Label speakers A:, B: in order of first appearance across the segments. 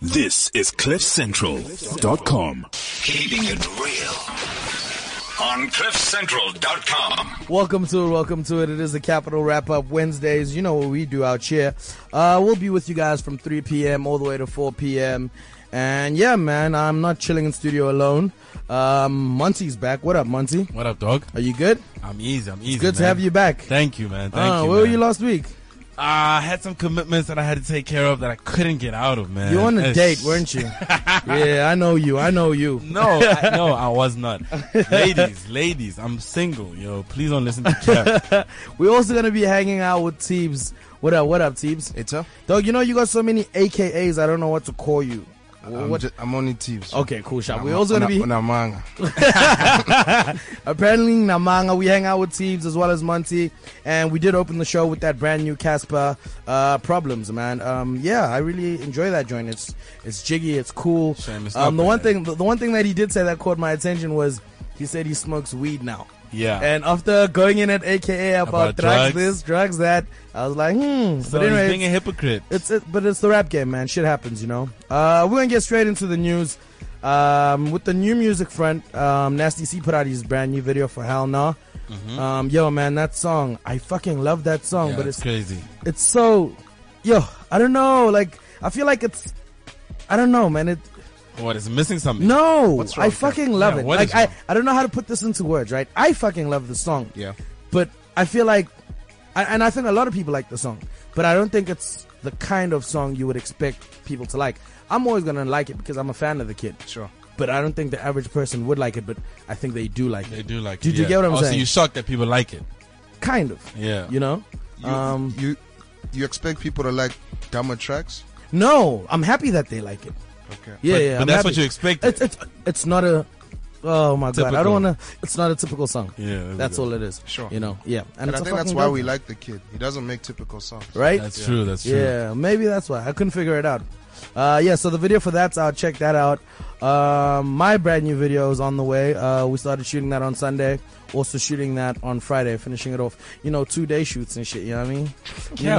A: This is CliffCentral.com.
B: Keeping it real on CliffCentral.com.
C: Welcome to it, welcome to it. It is the Capital Wrap Up Wednesdays. You know what we do out here. Uh, we'll be with you guys from 3 p.m. all the way to 4 p.m. And yeah, man, I'm not chilling in studio alone. Um, Monty's back. What up, Monty?
D: What up, dog?
C: Are you good?
D: I'm easy. I'm easy.
C: Good to
D: man.
C: have you back.
D: Thank you, man. Thank
C: Uh,
D: you.
C: where were
D: man.
C: you last week?
D: Uh, I had some commitments that I had to take care of that I couldn't get out of, man.
C: You were on a
D: Ish.
C: date, weren't you? yeah, I know you. I know you.
D: No, I, no, I was not. ladies, ladies, I'm single, yo. Please don't listen to Cap.
C: We're also gonna be hanging out with Teebs. What up? What up, Teebs?
E: It's up.
C: Dog, you know you got so many AKAs. I don't know what to call you.
E: I'm,
C: What-
E: ju- I'm only tips.
C: Okay, cool shot. We're also gonna be
E: Unamanga.
C: apparently Namanga. We hang out with Teebs as well as Monty, and we did open the show with that brand new Casper uh, problems, man. Um, yeah, I really enjoy that joint. It's it's jiggy, it's cool.
D: Shame it's
C: um,
D: not
C: the one
D: bad.
C: thing, the, the one thing that he did say that caught my attention was he said he smokes weed now.
D: Yeah.
C: And after going in at AKA about, drugs,
D: About drugs.
C: this, drugs that, I was like, hmm.
D: so
C: but anyway,
D: he's being a hypocrite.
C: it's it, but it's the rap game, man. Shit happens, you know. Uh, we're gonna get straight into the news. Um, with the new music front, um, Nasty C put out his brand new video for Hell Nah. Um, yo, man, that song, I fucking love that song,
D: Mm-hmm. Yeah,
C: but
D: it's
C: it's
D: crazy.
C: it's so, yo, I don't know, like I feel like it's, I don't know, man. It
D: What is missing something?
C: no,
E: What's wrong
C: I
E: with that?
C: fucking love
D: Yeah,
C: it.
D: what
C: Like
D: is
C: I,
D: wrong?
C: I don't know how to put this into words, right? I fucking love the song
E: Yeah.
C: but I feel like, I- and I think a lot of people like the song, but I don't think it's the kind of song you would expect people to like. I'm always gonna like it because I'm a fan of the kid.
E: Sure.
C: But I don't think the average person would like it, but I think they do like
D: They
C: it.
D: do like.
C: Did
D: it,
C: you
D: yeah.
C: get what I'm
D: oh, So
C: saying?
D: you shocked that people like it?
C: Kind of.
D: Yeah.
C: You know?
E: You,
C: um,
E: you you expect people to like dumber tracks?
C: no, I'm happy that they like it.
E: Okay.
C: Yeah,
D: But-
C: yeah.
D: but
C: I'm
D: that's
C: happy.
D: what you expected.
C: It's, it's, it's not a, oh my God. I
D: Typical.
C: don't wanna, it's not a typical song.
D: Yeah, there we
C: That's
D: go.
C: all it is.
E: Sure.
C: You know? Yeah.
E: And I
C: it's a
E: think that's
C: fucking
E: why
C: dope,
E: we like the kid. He doesn't make typical songs.
C: Right?
D: That's true. That's true.
C: Yeah, maybe that's why. I couldn't figure it out. Uh, yeah, so the video for that's out. Check that out. Um, my brand new video is on the way. Uh, we started shooting that on Sunday. Also shooting that on Friday, finishing it off. You know, two day shoots and shit. You know what I mean? You
D: Yeah.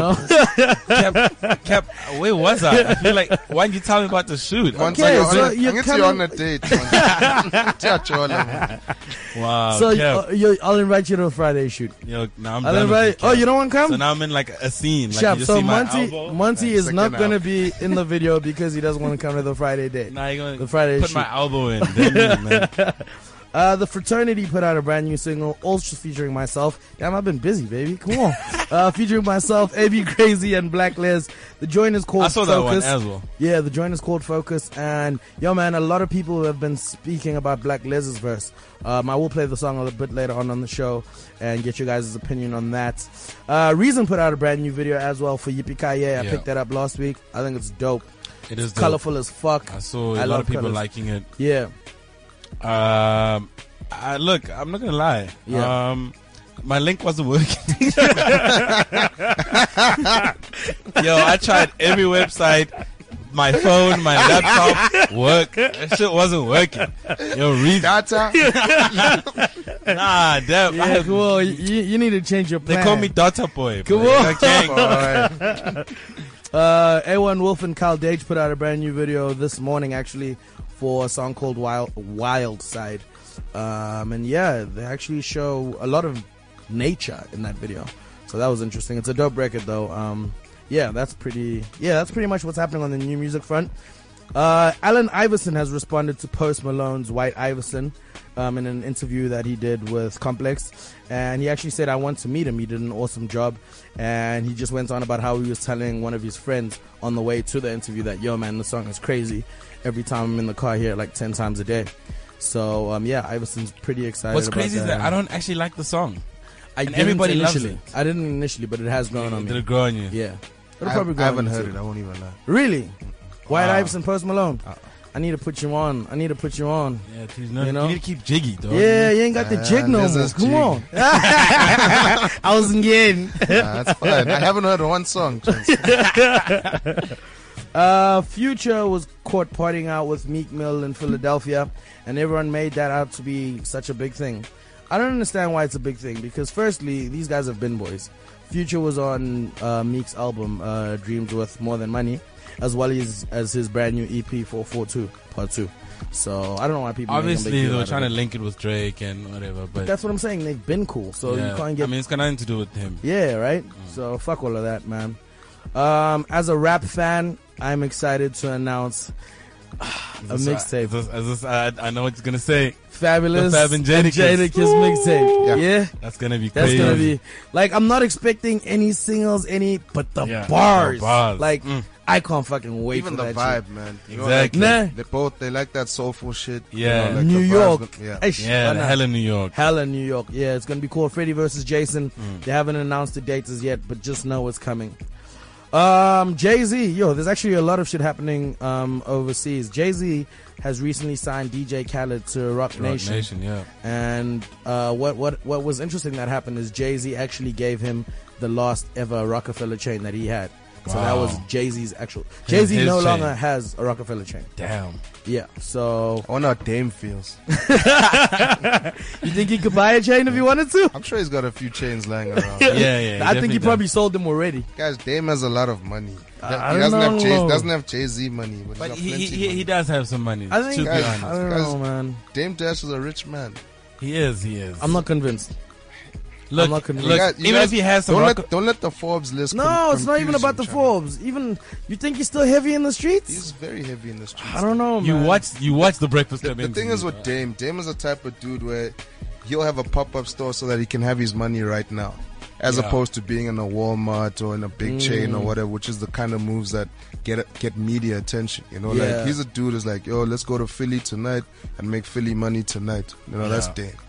C: know?
D: Cap, Cap, where was I? I feel like why didn't you tell me about the shoot?
E: Once
C: Okay,
E: you're on
C: so
E: a-
C: you're
E: I guess you're on
C: coming-
E: a date. man. Touch all of them.
D: Oh, Wow.
C: so
D: Cap.
C: uh, you, I'll invite you to a Friday shoot.
D: Yo, now I'm
C: I'll
D: done with
C: invite.
D: you,
C: Oh,
D: Cap.
C: you don't want to come?
D: So now I'm in like a scene. Like
C: Shab,
D: you just
C: so
D: see my
C: Monty,
D: elbow.
C: Monty
E: Like,
C: is not
E: second
C: gonna
E: out.
C: be in the video because he doesn't want to come to the Friday date.
D: Now you're gonna
C: The Friday
D: put
C: shoot.
D: my elbow in. Damn you, man.
C: Uh, the fraternity put out a brand new single, also featuring myself. Damn, I've been busy, baby. Come on. uh, featuring myself, AB Crazy, and Black Les. The joint is called
D: I saw
C: Focus.
D: that one as well.
C: Yeah, the joint is called Focus. And yo, man, a lot of people have been speaking about Black Les's verse. Um, I will play the song a little bit later on on the show and get your guys' opinion on that. Uh, Reason put out a brand new video as well for Yippee Ki Yay. I
D: Yeah.
C: picked that up last week. I think it's dope.
D: It is dope.
C: Colorful as fuck.
D: I saw
C: I
D: a lot
C: love
D: of people
C: colours.
D: liking it.
C: Yeah.
D: Um, I, look, I'm not gonna lie.
C: Yeah.
D: Um, my link wasn't working. Yo, I tried every website. My phone, my laptop, work. That shit wasn't working. Yo, read.
E: Data.
D: Nah, damn. I
C: Yeah,
D: have-
C: cool. You, you need to change your
D: they
C: plan.
D: call me Data Boy.
C: Come
D: bro.
C: on.
D: Okay.
E: Alright.
C: Uh, A1 Wolf and Kyle Dage put out a brand new video this morning, actually, for a song called Wild, Wild Side. Um, and yeah, they actually show a lot of nature in that video. So that was interesting. It's a dope record, though. Um, yeah, that's pretty. Yeah, that's pretty much what's happening on the new music front. Uh, Alan Iverson has responded to Post Malone's White Iverson um, in an interview that he did with Complex. And he actually said, I want to meet him. He did an awesome job. And he just went on about how he was telling one of his friends on the way to the interview that, yo, man, the song is crazy. Every time I'm in the car here, like 10 times a day. So, um, yeah, Iverson's pretty excited.
D: What's
C: about
D: crazy is
C: that.
D: that I don't actually like the song.
C: I
D: and
C: didn't
D: everybody loves
C: initially. I didn't initially, but it has grown on
D: Did
C: me.
D: it grow on you?
C: Yeah. It'll
E: I,
C: probably
E: I
C: grow on
E: haven't
C: me too.
E: heard it. Ah. I won't even lie.
C: Really? White
D: Wow.
C: Iverson, Post Malone. I need to put you on. I need to put you on.
D: Yeah, please, no,
C: You
D: you,
C: know?
D: need to keep jiggy, dog.
C: Yeah, you ain't got the
E: Ah,
C: jig no
E: there's
C: more.
E: this
C: Come
E: jig.
C: on. I was getting.
E: Nah, that's fine. I haven't heard one song. Chance.
C: Uh, Future was caught partying out with Meek Mill in Philadelphia, and everyone made that out to be such a big thing. I don't understand why it's a big thing because, firstly, these guys have been boys. Future was on uh, Meek's album uh, "Dreams Worth More Than Money," as well as as his brand new E EP 442 Part Two. So I don't know why people make a big
D: Obviously,
C: deal
D: they
C: out
D: were
C: of
D: trying
C: it.
D: to link it with Drake and whatever, but
C: That's what I'm saying. They've been cool, so
D: yeah,
C: you can't get
D: I mean, it's got nothing to do with him.
C: yeah, right? So fuck all of that, man. Um, as a rap fan, I'm excited to announce a
D: So,
C: mixtape.
D: is this- is this- I, I know what you're gonna say.
C: Fabulous
D: the Fab and Jadakiss.
C: Jadakiss mixtape. Yeah.
E: Yeah.
D: That's gonna be
C: That's
D: crazy.
C: gonna be like I'm not expecting any singles, any but the
D: Yeah.
C: bars.
D: The bars. Mm.
C: Like I can't fucking wait
E: Even
C: for
E: the
C: that
E: vibe, man. You know,
D: Exactly.
C: Nah.
E: like, they both they like that soulful shit. you
D: Yeah.
E: know,
C: shit.
E: like
C: New
E: the vibes,
C: York.
E: but- yeah.
C: Eish,
D: yeah,
C: why
D: the
C: not?
D: hell in New York.
C: Hella New York. Yeah, it's gonna be called Freddy versus Jason. They haven't announced the dates as yet, but just know it's coming. Um, Jay Z, yo, there's actually a lot of shit happening um, overseas. Jay Z has recently signed DJ Khaled to Rock,
D: Rock
C: Nation,
D: Nation, yeah.
C: and uh, what what what was interesting that happened is Jay Z actually gave him the last ever Rockefeller chain that he had. So that
D: Wow.
C: was Jay Z's actual. Jay Z
D: his
C: no
D: chain.
C: longer has a Rockefeller chain.
D: Damn.
C: Yeah, so
E: I wonder how Dame feels.
C: you think he could buy a chain if he wanted to?
E: I'm sure he's got a few chains lying around.
D: Yeah, yeah.
C: I think he
D: definitely
C: probably sold them already.
E: Guys, Dame has a lot of money.
C: I
E: he
C: don't
E: doesn't have, Jay-
C: know.
E: doesn't have Jay Z money, but,
D: does.
E: he's got
D: But he,
E: plenty
D: he,
E: money.
D: he does have some money.
C: I think
D: to be
E: Guys,
D: honest.
C: I don't
E: Guys-
C: know, man.
E: Dame Dash is a rich man.
D: He is, he is.
C: I'm not convinced.
D: look,
C: I'm not convinced.
D: look,
E: You guys- you
D: even
E: guys
D: if he has some
E: don't
D: rock,
E: let, don't let the Forbes list.
C: No,
E: con-
C: it's not even
E: confuse
C: about
E: you,
C: the
E: Chana.
C: Forbes. Even you think he's still heavy in the streets?
E: He's very heavy in the streets.
C: I don't know.
D: you
C: man.
D: watch, you watch the Breakfast
E: The,
D: Club.
E: the thing
D: interview.
E: is with Dame, Dame is the type of dude where he'll have a pop up store so that he can have his money right now, as
D: Yeah.
E: opposed to being in a Walmart or in a big chain or whatever, which is the kind of moves that get get media attention. You know,
C: Yeah.
E: like he's a dude who's like, yo, let's go to Philly tonight and make Philly money tonight. You know, that's
D: Yeah.
E: Dame.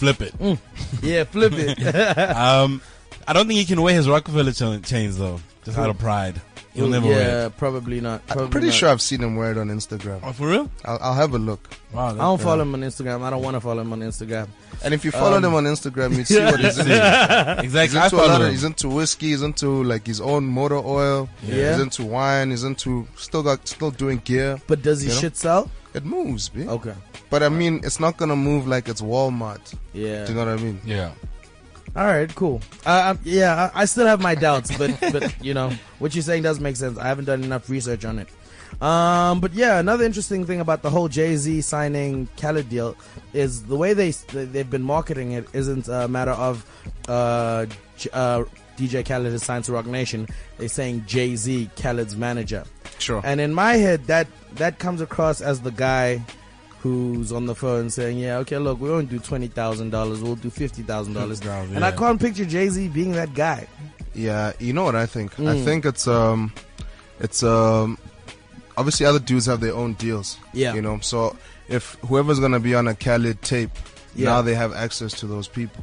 D: flip it.
C: Mm. Yeah, flip it.
D: Um, I don't think he can wear his Rockefeller cha- chains though, just out of pride. He'll never
C: yeah,
D: wear it.
C: probably not.
E: I'm
C: Probably
E: pretty
C: not.
E: sure I've seen him wear it on Instagram.
D: Oh, for real?
E: I'll, I'll have a look.
C: I
D: Wow.
C: don't follow him on Instagram. I don't want to follow him on Instagram.
E: And if you follow him on Instagram, you'd see what he's into. He's
D: exactly. I
E: into a lot
D: follow
E: of,
D: him.
E: he's into whiskey, he's into like his own motor oil,
C: Yeah.
E: he's into wine, he's into still got still doing gear.
C: But does he
E: You know?
C: shit sell?
E: It moves, B.
C: Okay.
E: But I mean, it's not gonna move like it's Walmart.
C: Yeah.
E: Do you know what I mean?
D: yeah.
C: All right. Cool. Uh, um, yeah, I, I still have my doubts, but but you know what you're saying does make sense. I haven't done enough research on it. Um, but yeah, another interesting thing about the whole Jay Z signing Khaled deal is the way they they- they've been marketing it isn't a matter of uh, J- uh, DJ Khaled is signed to Rock Nation. They're saying Jay Z Khaled's manager.
E: Sure.
C: And in my head, that that comes across as the guy who's on the phone saying, "Yeah, okay, look, we won't do twenty thousand dollars. We'll do fifty thousand dollars."
D: $50,000,
C: And I
D: yeah.
C: can't picture Jay Z being that guy.
E: Yeah, you know what I think?
C: Hmm.
E: I think it's um it's um obviously other dudes have their own deals.
C: Yeah.
E: You know, so if whoever's gonna be on a Khaled tape,
C: Yeah.
E: now they have access to those people.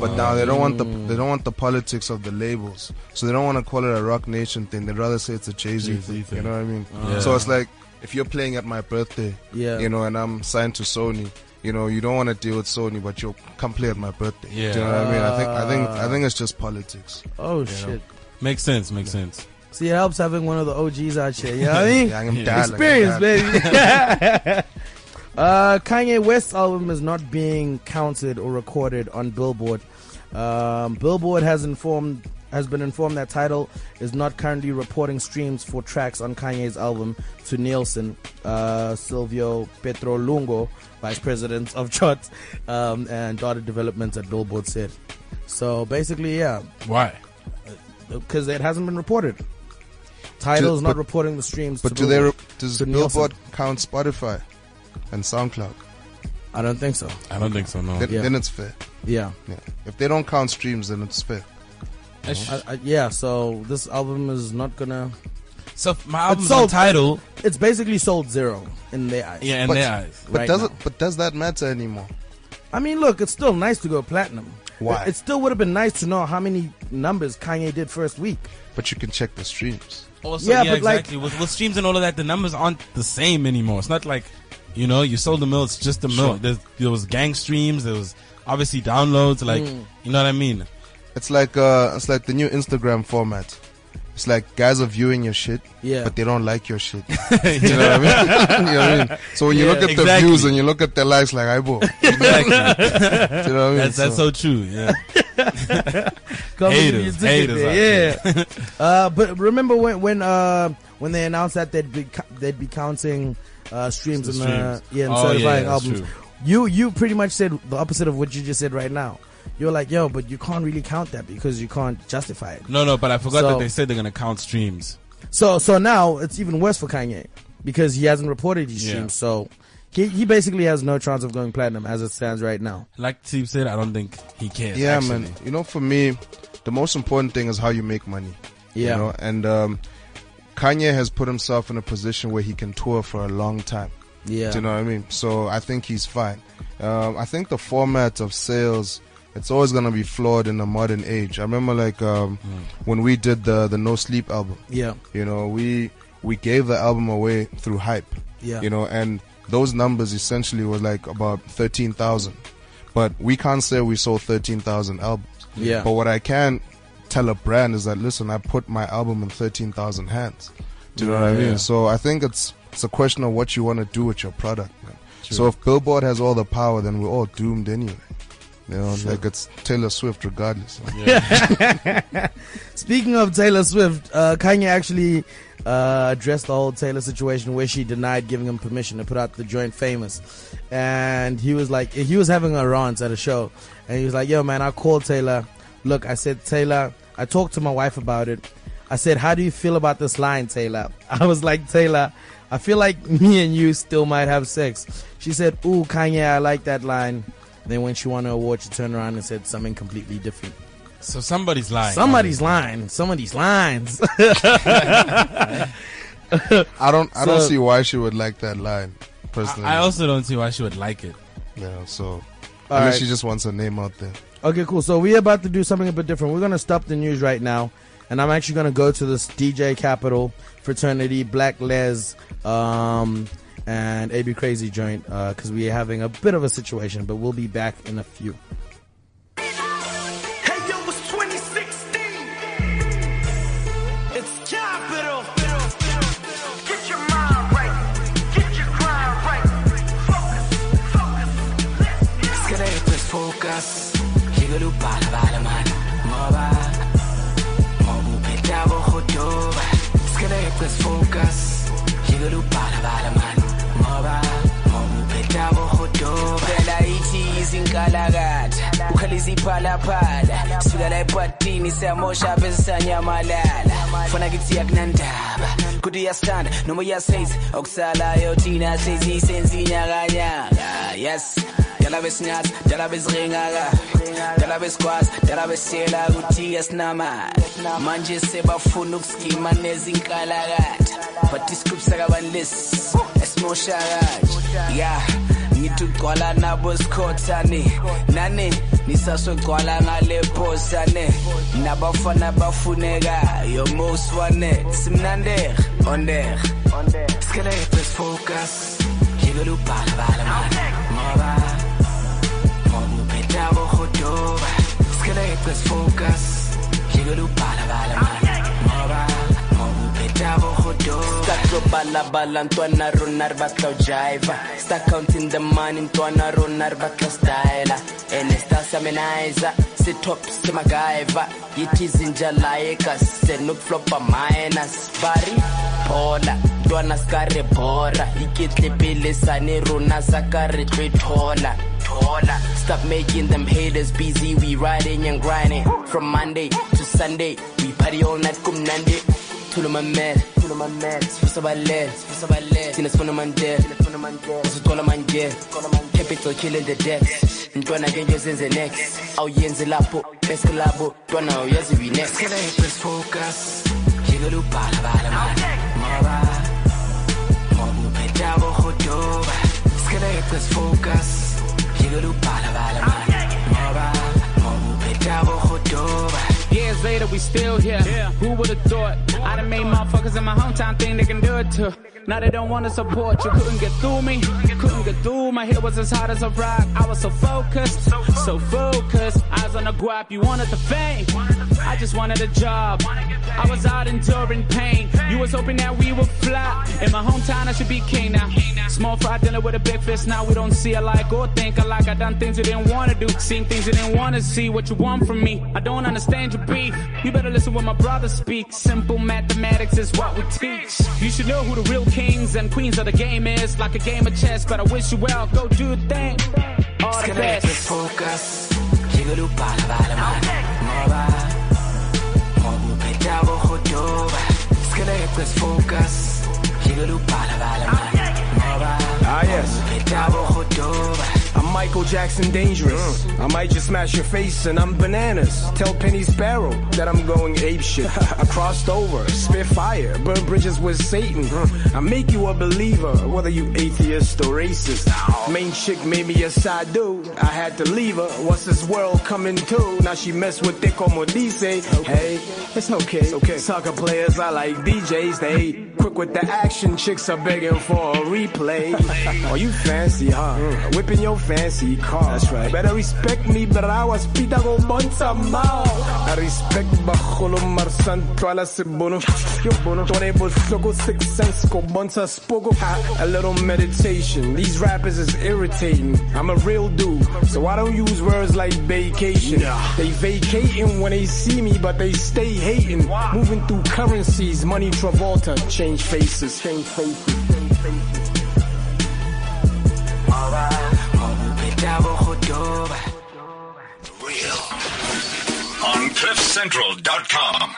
E: But now they don't want the
C: Mm.
E: they don't want the politics of the labels. So they don't want to call it a Rock Nation thing. They'd rather say it's a Jay Z
D: Jay-Z
E: thing,
D: thing.
E: You know what I mean?
D: Yeah.
E: So it's like if you're playing at my birthday,
C: Yeah.
E: you know, and I'm signed to Sony, you know, you don't want to deal with Sony, but you'll come play at my birthday.
D: Yeah.
E: Do you know what I mean? I think I think I think it's just politics.
C: Oh shit!
D: Makes sense. Makes sense.
C: See, it helps having one of the OGs out here. You know what I mean?
E: Yeah, I'm
D: Yeah.
E: dialing,
C: Experience,
E: I'm dialing.
C: baby. uh, Kanye West's album is not being counted or recorded on Billboard. Um, Billboard has informed has been informed that title is not currently reporting streams for tracks on Kanye's album to Nielsen. Uh, Silvio Petrolungo, vice president of charts um, and data developments at Billboard, said. So basically, yeah,
D: Why?
C: because it hasn't been reported. Title's not
E: but-
C: reporting the streams.
E: But
C: to
E: do they?
C: Billboard.
E: Re- does
C: To
E: Billboard
C: Nielsen.
E: count Spotify and SoundCloud?
C: I don't think so.
D: I don't think so. No.
E: Then,
C: Yeah.
E: then it's fair.
C: Yeah.
E: Yeah. If they don't count streams, then it's fair.
C: I, I, yeah, so this album is not gonna.
D: So my album's
C: sold.
D: title.
C: It's basically sold zero in their eyes.
D: Yeah, in
E: But-
D: their eyes.
E: But
C: Right
E: does
C: now.
E: it? But does that matter anymore?
C: I mean, look, it's still nice to go platinum.
E: Why?
C: It, it still would have been nice to know how many numbers Kanye did first week.
E: But you can check the streams.
D: Also,
C: Yeah,
D: Oh, yeah,
C: but, like-
D: exactly. with, with streams and all of that, the numbers aren't the same anymore. It's not like, you know, you sold the mill. It's just the mill. There's, there was gang streams. There was obviously downloads. Like,
C: Mm.
D: you know what I mean?
E: It's like uh, it's like the new Instagram format. It's like guys are viewing your shit,
C: Yeah.
E: but they don't like your shit. You know what I mean? you know what I mean? So when you
C: Yeah.
E: look at the
D: Exactly.
E: views and you look at their likes, like I bought. you
D: Exactly.
E: know what I mean?
D: that's, that's so true. Yeah.
C: Come give
D: Haters,
C: me your ticket
D: haters
C: there, Yeah. uh, but remember when when uh, when they announced that they'd be cou- they'd be counting uh, streams
D: The
C: and uh,
D: streams.
C: yeah, and
D: Oh, yeah,
C: certifying
D: that's
C: albums.
D: true.
C: You you pretty much said the opposite of what you just said right now. You're like, yo, but you can't really count that because you can't justify it.
D: No, no, but I forgot
C: So-
D: that they said they're gonna count streams.
C: So so now it's even worse for Kanye because he hasn't reported his
D: Yeah.
C: streams. So he he basically has no chance of going platinum as it stands right now.
D: Like Steve said, I don't think he cares.
E: Yeah,
D: actually.
E: man. You know, for me, the most important thing is how you make money. You
C: Yeah.
E: know? And um, Kanye has put himself in a position where he can tour for a long time.
C: Yeah.
E: Do you know what I mean? So I think he's fine. Um, I think the format of sales, it's always going to be flawed in the modern age. I remember like um,
C: Hmm.
E: when we did the the No Sleep album.
C: Yeah.
E: You know, we we gave the album away through hype.
C: Yeah.
E: You know, and those numbers essentially were like about thirteen thousand, but we can't say we sold thirteen thousand albums.
C: Yeah.
E: But what I can tell a brand is that listen, I put my album in thirteen thousand hands. Do you know what I mean?
D: Yeah.
E: So I think it's it's a question of what you want to do with your product, man. So if Billboard has all the power, then we're all doomed anyway. You know, like it's Taylor Swift, regardless.
C: Speaking of Taylor Swift, uh, Kanye actually uh, addressed the whole Taylor situation where she denied giving him permission to put out the joint famous. And he was like, he was having a rant at a show. And he was like, yo, man, I called Taylor. Look, I said, Taylor, I talked to my wife about it. I said, how do you feel about this line, Taylor? I was like, Taylor, I feel like me and you still might have sex. She said, ooh, Kanye, I like that line. Then when she won her award, she turned around and said something completely different.
D: So somebody's lying.
C: Somebody's lying. Somebody's lines.
E: I don't I don't
C: So-
E: see why she would like that line personally.
D: I also don't see why she would like it.
E: yeah, so
C: All
E: unless
C: right.
E: she just wants her name out there.
C: okay, cool. So we're about to do something a bit different. We're gonna stop the news right now, and I'm actually gonna go to this DJ Capital fraternity, Black Les, um, and AB Crazy joint because we're having a bit of a situation. But we'll be back in a few.
F: Hey yo, it's 2016. It's capital. Get your mind right. Get your grind right. Focus, focus. Let's go.
G: Skeletets fókusz, higgadó pálvállamány, ma vár, ma úpen távol hogyóba. Skeletets fókusz, higgadó pálvállamány, ma vár, ma úpen távol hogyóba. Phela ithi izinkalakatha ukhala iziphalaphala suka la ebhadini siyamosha bese siyanyamalala funa kithi yakunandaba kuthi uyasithanda noma uyasate okusalayo thina sezisenza inyakanyaka yes Dala besinyaza, dala besiringaka Dala besikwazi, dala besiyela ukuthi ke sinamali Manje sebafuna ukusikima nezinkalakatha But isiqhubu sakabani lesi, esimosha kanje Yeah, ngithi ugcwala nabo sikhothane Nane, nisasogcwala ngale phosane Nabafana bafunekayo most wanted Simnander, onder Skeletor focus, higelu pala pala Ngoba ngoba uphetha bohodoba. Skeletor focus, higelu pala pala Ngoba ngoba uphetha bohodoba. Sakro bala bala ntwana ronar batla jive. Start counting the money ntwana ronar batla style. And start samenizer. Sit top semagaiva. Yitizinja laika senukflopa minus bari. phola ntwana ska re bora iketlepelisane rona sa ka re tlwe thola thola stop making them haters busy we riding and grinding from monday to sunday we party all night kumnandi thulumamele thulumamele sifusabalele sifusabalele thina sifuna mandela sifuna mandela sithola manje capital killing the death ntwana ke nje senze next awuyenzi lapho best labo ntwana uyazi we next let's focus Jigolo bala bala bala Maba Mobu petabo hodoba Skeletas focus Jigolo bala bala bala Maba Mobu petabo hodoba
H: Years later, we still here. Who would've thought? I done made motherfuckers in my hometown think they can do it too. Now they don't wanna support you. Couldn't get through me. Couldn't get through. My hit was as hot as a rock. I was so focused, so focused. Eyes on the guap. You wanted the fame. I just wanted a job. I was out enduring pain. You was hoping that we would fly. In my hometown, I should be king now. Small fry dinner with a big fist. Now we don't see alike or think alike. I done things you didn't want to do. Seen things you didn't want to see. What you want from me? I don't understand your beef. You better listen when my brother speaks. Simple mathematics is what we teach. You should know who the real kings and queens of the game is. Like a game of chess, but I wish you well. Go do your thing. All the
G: Skinhead with
H: best.
G: focus Jigolubhala bhala mani Ngoba Ngoba uphetha bohodoba Skinhead with focus Jigolubhala bhala mani Ngoba
I: Ah, yes.
G: Ngoba uphetha bohodoba
I: I'm Michael Jackson dangerous.
F: Mm.
I: I might just smash your face and I'm bananas. Tell Penny Sparrow that I'm going ape shit. I crossed over, spit fire, burn bridges with Satan. I make you a believer, whether you atheist or racist. Main chick made me a side dude. I had to leave her. What's this world coming to? Now she mess with Dick Omodice. Hey, it's okay. It's okay. Sucker players, I like DJs. They quick with the action. Chicks are begging for a replay. oh, you fancy, huh? Whipping your fancy car. That's right. Better respect me, but I was pita go bonza mao. I respect bajulo marsan twala sibono. Yo bono. Tone bosogo six sense go bonza spogo. Ha, A little meditation. These rappers is irritating. I'm a real dude, so I don't use words like vacation. They vacating when they see me, but they stay hating. Moving through currencies, money Travolta, change faces, change faces.
G: Ngoba Ngoba uphetha bohodoba
B: Real. On CliffCentral.com.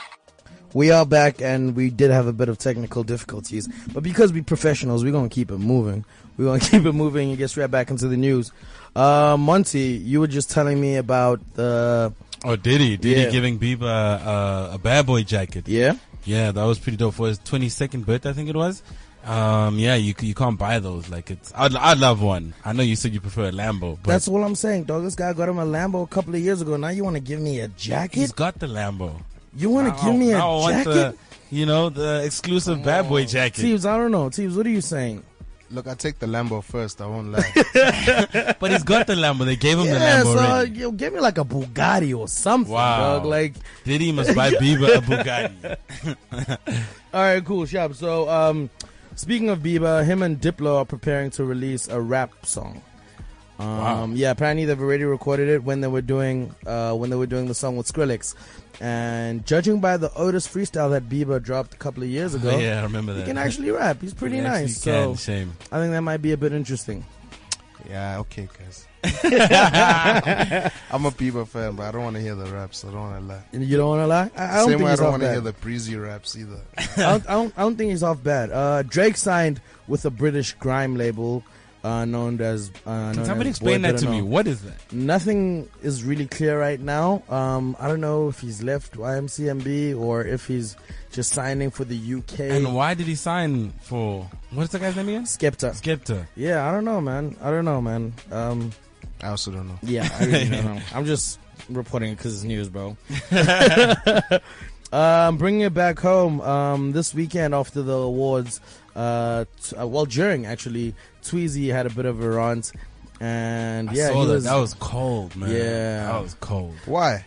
C: We are back and we did have a bit of technical difficulties, but because we professionals, we're gonna keep it moving. We're gonna keep it moving and get straight back into the news. Uh, Monty, you were just telling me about the
D: Oh, Diddy, Diddy
C: Yeah.
D: giving Bieber uh, a bad boy jacket.
C: yeah.
D: Yeah, that was pretty dope for his 22nd birthday, I think it was. Um, yeah, you c- you can't buy those. Like it's, I'd I'd love one. I know you said you prefer a Lambo, but
C: That's all I'm saying, dog. This guy got him a Lambo a couple of years ago. Now you want to give me a
D: he's
C: jacket?
D: got the Lambo.
C: You want to give me a
D: Now I want the,
C: jacket?
D: you know, the exclusive bad boy jacket.
C: Teves, I don't know. Teves, what are you saying?
E: Look, I take the Lambo first. I won't lie.
D: But he's got the Lambo. They gave him
C: Yeah,
D: the Lambo
C: so
D: already.
C: yo, give me like a Bugatti or something,
D: Wow.
C: dog. Like,
D: Diddy must buy Bieber a Bugatti.
C: all right, cool, sharp. So, um, speaking of Bieber, him and Diplo are preparing to release a rap song. Um, yeah, apparently they've already recorded it when they were doing uh, when they were doing the song with Skrillex, and judging by the Otis freestyle that Bieber dropped a couple of years ago,
D: yeah, I remember that.
C: he can actually rap. He's pretty
D: He actually
C: nice. So
D: can. Shame.
C: I think that might be a bit interesting.
E: yeah, okay, guys. I'm a Bieber fan, but I don't want to hear the raps. I don't want to lie.
C: And You don't want to lie. I, I
E: Same
C: don't think
E: way I
C: he's
E: don't
C: off
E: want to
C: bad.
E: hear the breezy raps either.
C: I, don't, I, don't, I don't think he's off bad. Uh, Drake signed with a British grime label uh, known as. Uh,
D: Can somebody explain that to me? What is that?
C: Nothing is really clear right now. Um, I don't know if he's left YMCMB or if he's just signing for the UK.
D: And why did he sign for? What's the guy's name again?
C: Skepta.
D: Skepta.
C: yeah, I don't know, man. I don't know, man. Um,
E: I also don't know.
C: Yeah, I really don't know. I'm just reporting because it's news, bro. um, bringing it back home um, this weekend after the awards. Uh, t- uh, well, during actually, Tweezy had a bit of a rant, and
D: I
C: yeah,
D: saw
C: he
D: that.
C: was,
D: that was cold, man.
C: Yeah.
D: that was cold.
E: Why?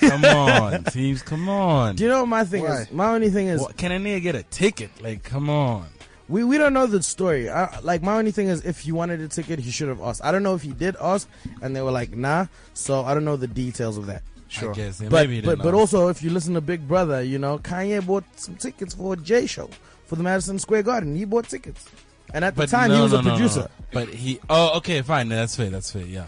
D: Come on, teams. Come on.
C: Do you know what my thing
E: Why?
C: is? My only thing is
D: What- can a nigga get a ticket? Like, come on.
C: we, we don't know the story. I, like my only thing is if he wanted a ticket, he should have asked. I don't know if he did ask, and they were like, nah. So I don't know the details of that.
E: Sure.
D: I guess. Yeah,
C: But
D: maybe he
C: but,
D: didn't
C: but
D: know.
C: also, if you listen to Big Brother, you know Kanye bought some tickets for a J show for the Madison Square Garden. He bought tickets, and at the
D: But
C: time
D: no,
C: he was
D: no,
C: a
D: no, no, no.
C: producer.
D: But he. Oh, okay, fine. That's fair. That's fair. Yeah.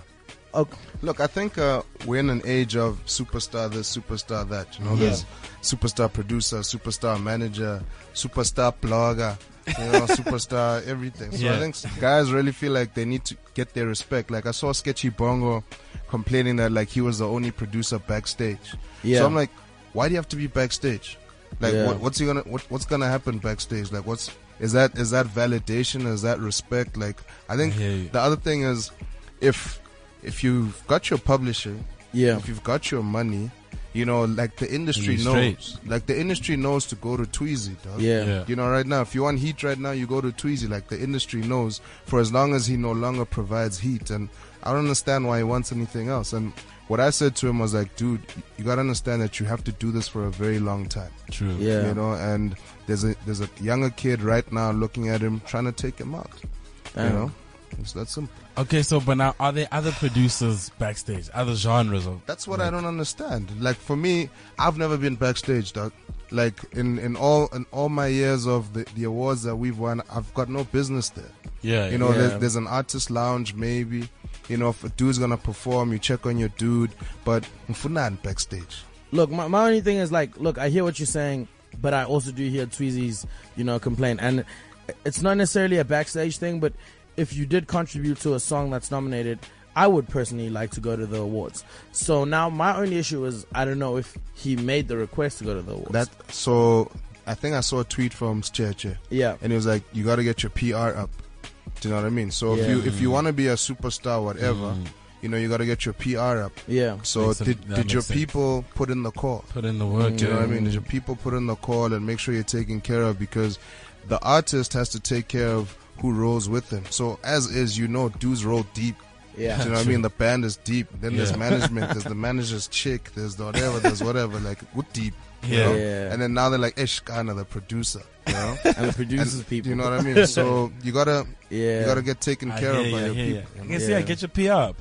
C: Okay.
E: Look, I think uh, we're in an age of superstar this, superstar that. You know, there's superstar producer, superstar manager, superstar blogger, you know, superstar everything. So
D: Yeah.
E: I think s- guys really feel like they need to get their respect. Like I saw Sketchy Bongo complaining that like he was the only producer backstage.
C: Yeah.
E: So I'm like, why do you have to be backstage? Like,
C: Yeah.
E: what, what's he gonna what, what's gonna happen backstage? Like, what's is that is that validation? Is that respect? Like, I think
D: hear you.
E: the other thing is if if you've got your publishing,
C: Yeah.
E: if you've got your money, you know, like the industry
D: You're
E: knows,
D: straight.
E: like the industry knows to go to Tweezy, dog.
C: Yeah.
D: Yeah.
E: You know, right now, if you want heat right now, you go to Tweezy. Like the industry knows, for as long as he no longer provides heat, and I don't understand why he wants anything else. And What I said to him was like, dude, you gotta understand that you have to do this for a very long time.
D: True.
C: Yeah.
E: You know, and there's a there's a younger kid right now looking at him trying to take him out. You know, it's that simple.
D: Okay, so but now are there other producers backstage, other genres of
E: That's what I don't understand. Like for me, I've never been backstage, dog. Like in, in all in all my years of the, the awards that we've won, I've got no business there.
D: yeah,
E: You know,
D: yeah.
E: there's, there's an artist lounge maybe. You know, if a dude's gonna perform, you check on your dude. But mfuna backstage.
C: Look, my, my only thing is like, look, I hear what you're saying, but I also do hear Tweezy's, you know, complaint. And it's not necessarily a backstage thing, but if you did contribute to a song that's nominated, I would personally like to go to the awards. So now my only issue is I don't know if he made the request to go to the awards.
E: That so I think I saw a tweet from Stjeche.
C: Yeah.
E: And it was like, You gotta get your PR up. Do you know what I mean? So if
C: Yeah.
E: you if you wanna be a superstar, whatever, you know, you gotta get your PR up.
C: yeah.
E: So
D: Mm. Makes a-
E: did,
D: that
E: did your
D: makes sense.
E: people put in the call?
D: put in the
E: Do
D: work.
E: Mm, you know what I
D: yeah.
E: mean? Did your people put in the call and make sure you're taken care of because the artist has to take care of who rolls with them. So as is, you know, dudes roll deep.
C: Yeah.
E: Do you know what I mean? The band is deep. Then there's
D: Yeah.
E: management. there's the manager's chick. There's the whatever. There's whatever. Like what deep. you
D: Yeah.
E: know?
C: Yeah.
E: And then now they're like Ishkana, the producer. You know.
C: And the producers people.
E: You know what I mean? So you gotta,
C: Yeah.
E: you gotta get taken
D: I
E: care
D: hear
E: of
D: you,
E: by
D: I
E: your
D: hear you.
E: people. you
D: I
E: know?
D: guess yeah,
C: Yeah.
D: get your P up.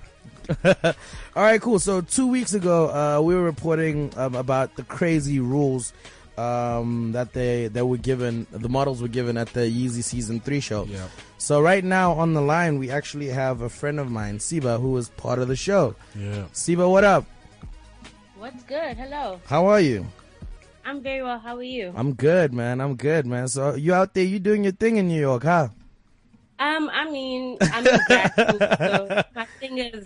C: All right, cool. So two weeks ago, uh, we were reporting um, about the crazy rules um, that they that were given. The models were given at the Yeezy Season Three show.
D: Yeah.
C: So right now on the line, we actually have a friend of mine, Siba, who is part of the show.
D: Yeah.
C: Siba, what up?
J: What's good? Hello.
C: How are you?
J: I'm very well. How are you?
C: I'm good, man. I'm good, man. So you out there, you doing your thing in New York, huh?
J: Um, I mean, I'm in graduate, so my thing is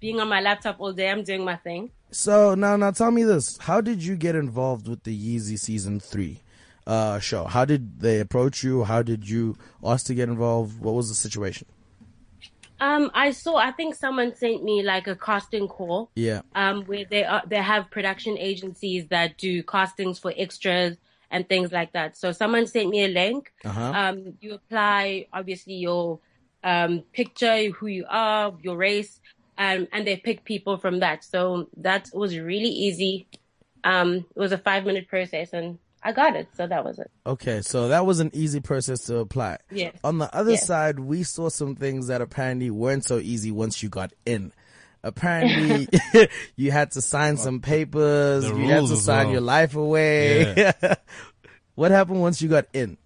J: being on my laptop all day. I'm doing my thing.
C: So now, now tell me this: How did you get involved with the Yeezy Season Three uh, show? How did they approach you? How did you ask to get involved? What was the situation?
J: Um, I saw. I think someone sent me like a casting call.
C: Yeah,
J: Um, where they are, they have production agencies that do castings for extras and things like that. So someone sent me a link.
C: Uh-huh.
J: Um, you apply obviously your um picture, who you are, your race, um, and they pick people from that. So that was really easy. Um, it was a five minute process, and I got it. So that was it.
C: Okay, so that was an easy process to apply.
J: Yes.
C: On the other
J: Yes.
C: side, we saw some things that apparently weren't so easy once you got in. Apparently, you had to sign some papers.
D: The
C: You had
D: rules
C: to
D: as
C: sign
D: well.
C: your life away. what happened once you got in?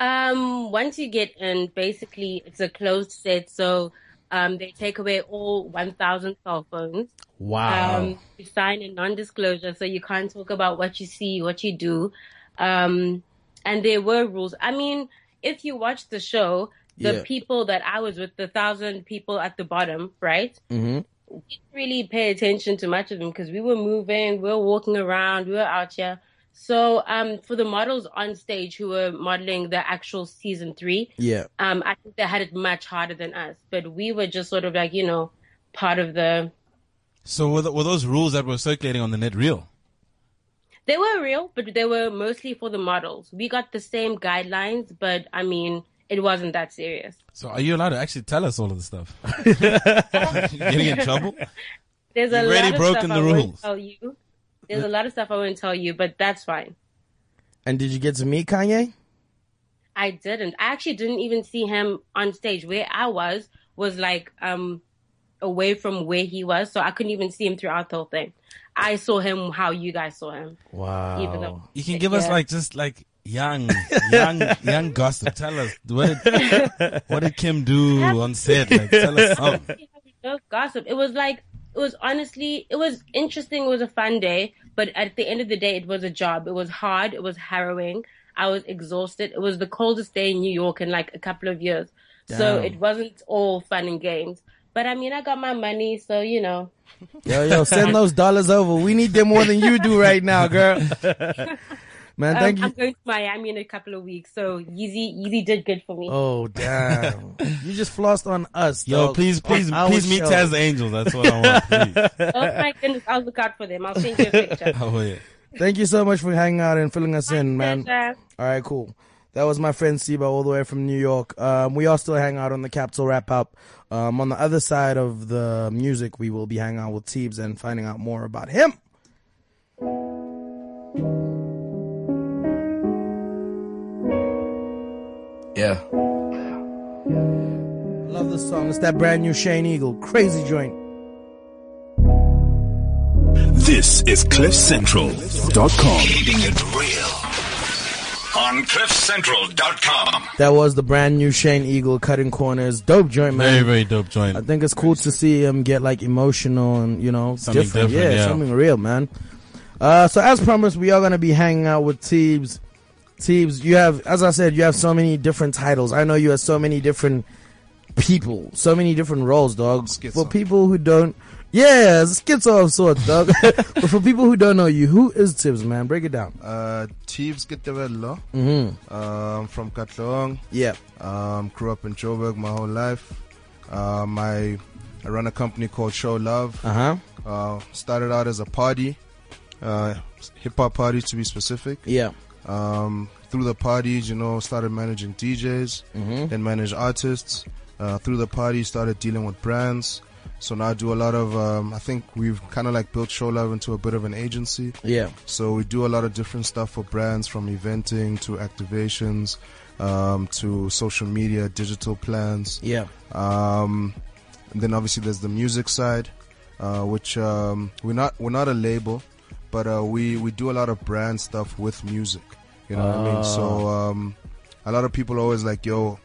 J: Um, once you get in, basically it's a closed set, so um, they take away all 1,000 cell phones.
C: Wow.
J: Um, you sign a non-disclosure, so you can't talk about what you see, what you do. Um, and there were rules. I mean, if you watch the show, the
C: Yeah.
J: people that I was with, the thousand people at the bottom, right? Mm-hmm. We didn't really pay attention to much of them because we were moving, we were walking around, we were out here. So, um, for the models on stage who were modeling the actual season three,
C: yeah.
J: um, I think they had it much harder than us, but we were just sort of like, you know, part of the
D: So were, th- were those rules that were circulating on the net real?
J: They were real, but they were mostly for the models. We got the same guidelines, but I mean, it wasn't that serious.
D: So are you allowed to actually tell us all of this stuff? you getting in trouble?
J: There's a
D: You've already
J: lot of
D: broken
J: stuff
D: the
J: I
D: rules.
J: won't tell you. There's a lot of stuff I won't tell you, but that's fine.
C: And did you get to meet Kanye?
J: I didn't. I actually didn't even see him on stage. Where I was was like um away from where he was, so I couldn't even see him throughout the whole thing. I saw him how you guys saw him.
C: Wow.
J: Even though
D: You can give us
J: Yeah.
D: like just like young, young, young gossip. Tell us what did, what did Kim do on set? Like tell us something.
J: no gossip. It was like it was honestly it was interesting. It was a fun day, but at the end of the day, it was a job. It was hard. It was harrowing. I was exhausted. It was the coldest day in New York in like a couple of years, so
C: Damn.
J: it wasn't all fun and games. But I mean, I got my money, so you know.
C: Yo, yo, send those dollars over. We need them more than you do right now, girl. Man,
J: Um,
C: thank you.
J: I'm going to Miami in a couple of weeks, so Yeezy Yeezy did good for me.
C: Oh damn! you just flossed on us,
D: Yo,
C: dog.
D: please, please,
C: On our
D: please meet
C: show.
D: Taz the Angel. That's what I want. Please.
J: oh my goodness, I'll look out for them. I'll send you a picture.
D: Oh yeah.
C: Thank you so much for hanging out and filling us in, man.
J: Pleasure.
C: All right, cool. That was my friend Seba all the way from New York. Um, we are still hanging out on the Capital Wrap Up. Um, on the other side of the music, we will be hanging out with Teebs and finding out more about him.
K: Yeah.
C: Love this song. It's that brand new Shane Eagle, crazy joint.
A: This is CliffCentral.com.
B: Keeping it real on CliffCentral.com.
C: That was the brand new Shane Eagle cutting corners. Dope joint, man.
D: Very, very dope joint.
C: I think it's cool to see him get like emotional and you know
D: Something
C: different.
D: different,
C: yeah,
D: yeah.
C: something real, man. Uh, so as promised, we are gonna be hanging out with Teebs. Teebs, you have, as I said, you have so many different titles. I know you have so many different people, so many different roles, dog.
E: Schizo.
C: For people who don't, yeah, it's a schizo of sorts, dog. but for people who don't know you, who is Tibbs, man? Break it down.
E: Uh, Teebs Getevelo.
C: Mm-hmm.
E: Um, from Katlong.
C: Yeah.
E: Um, grew up in Joburg my whole life. Um, I, I run a company called Show Love.
D: Uh-huh.
C: Uh huh.
E: Uh, started out as a party, uh, hip hop party to be specific.
C: Yeah.
E: Um, through the parties, you know, started managing DJs, then managed artists. Uh, through the party, started dealing with brands. So now I do a lot of. Um, I think we've kind of like built Show Love into a bit of an agency.
C: Yeah.
E: So we do a lot of different stuff for brands from eventing to activations um, to social media, digital plans.
C: Yeah.
E: Um, and then obviously there's the music side, uh, which um, we're not we're not a label, but uh, we we do a lot of brand stuff with music. You know what I mean? So um, a lot of people are always like, "Yo,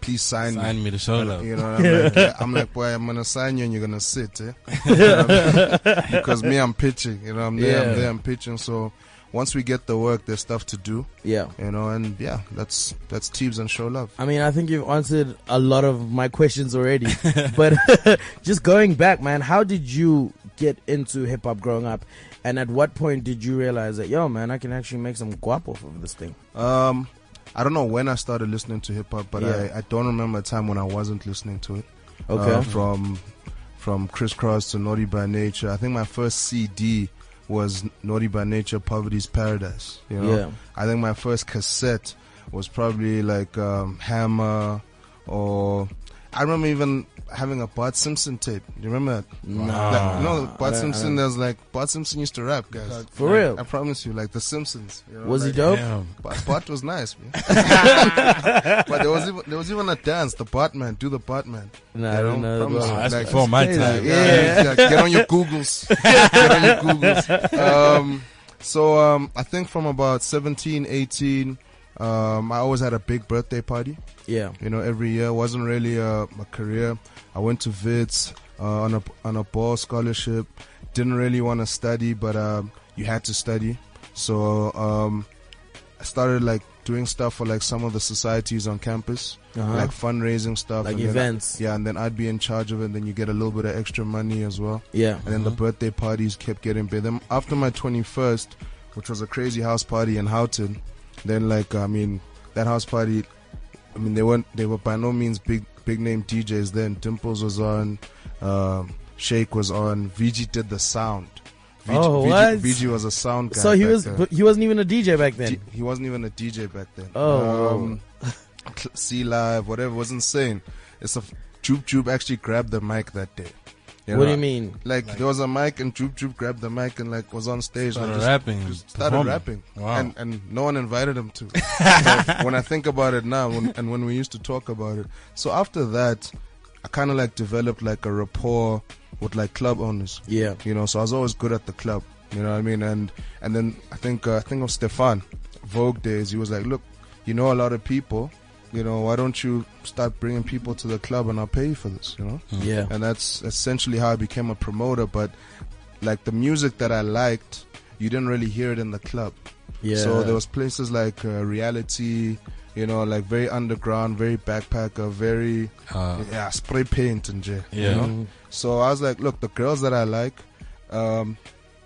E: please sign, me."
D: Sign me to show love.
E: You know what I'm like? Yeah, I'm like, boy, I'm gonna sign you and you're gonna sit, eh? You know what I mean? because me, I'm pitching. You know, I'm there,
C: Yeah.
E: I'm there, I'm pitching. So once we get the work, there's stuff to do.
C: Yeah.
E: You know, and yeah, that's that's Teebs and show love.
C: I mean, I think you've answered a lot of my questions already. but just going back, man, how did you get into hip hop growing up? And at what point did you realize that, yo, man, I can actually make some guap off of this thing?
E: Um, I don't know when I started listening to hip hop, but
C: Yeah.
E: I, I don't remember a time when I wasn't listening to it.
C: Okay. Mm-hmm.
E: Uh, from from crisscross to naughty by nature. I think my first CD was naughty by nature, poverty's paradise. You know,
C: Yeah.
E: I think my first cassette was probably like um, Hammer or. I remember even having a Bart Simpson tape. You remember that? Like, no, Bart Simpson. There's like Bart Simpson used to rap, guys.
C: For real?
E: I promise you, like The Simpsons. You know,
C: Was he
E: like-
C: dope?
D: Damn.
E: but Bart was nice, man. but there was even, there was even a dance, the Bartman, do the Bartman.
C: Nah, I don't know
E: promise
C: that.
E: you,
D: That's before my time.
E: yeah, yeah, get on your Googles. get on your Googles. Um, so um, I think from about 17, 18, um, I always had a big birthday party.
C: Yeah.
E: You know, every year wasn't really uh, my career. I went to Vits uh, on a on a ball scholarship. Didn't really want to study, but um, you had to study. So um, I started like doing stuff for like some of the societies on campus,
C: Uh-huh.
E: like fundraising stuff,
C: Like
E: and then-
C: events.
E: yeah, and then I'd be in charge of it. And then you get a little bit of extra money as well.
C: Yeah. Uh-huh.
E: And then the birthday parties kept getting big. Then after my 21st, which was a crazy house party in Houghton, then like I mean that house party, I mean they weren't they were by no means big big name DJs. Then Dimples was on, um, Shake was on, VG did the sound. VG,
C: Oh,
E: VG,
C: what?
E: VG was a sound guy.
C: So he
E: back
C: was,
E: then.
C: but he wasn't even a DJ back then.
E: D- he wasn't even a DJ back then.
C: Oh,
E: C Live, whatever, was insane. It's a f- Joop Joop actually grabbed the mic that day.
C: What do you mean?
E: Like, there was a mic and Joop Joop grabbed the mic and like was on stage
D: Started
E: and just,
D: rapping,
E: just started
D: performing.
E: rapping.
D: Wow.
E: And and no one invited him to. So when I think about it now, when, and when we used to talk about it, so after that, I kind of like developed like a rapport with like club owners.
C: Yeah.
E: You know, so I was always good at the club. You know what I mean? And and then I think uh, I think of Stefan Vogue days. He was like, look, you know a lot of people. You know, why don't you start bringing people to the club and I'll pay you for this? You know.
C: Yeah.
E: And that's essentially how I became a promoter. But like the music that I liked, you didn't really hear it in the club.
C: Yeah.
E: So there was places like uh, Reality. You know, like very underground, very backpacker, very
D: Uh,
E: yeah spray paint and J.
D: yeah.
E: You know? So I was like, look, the girls that I like, um,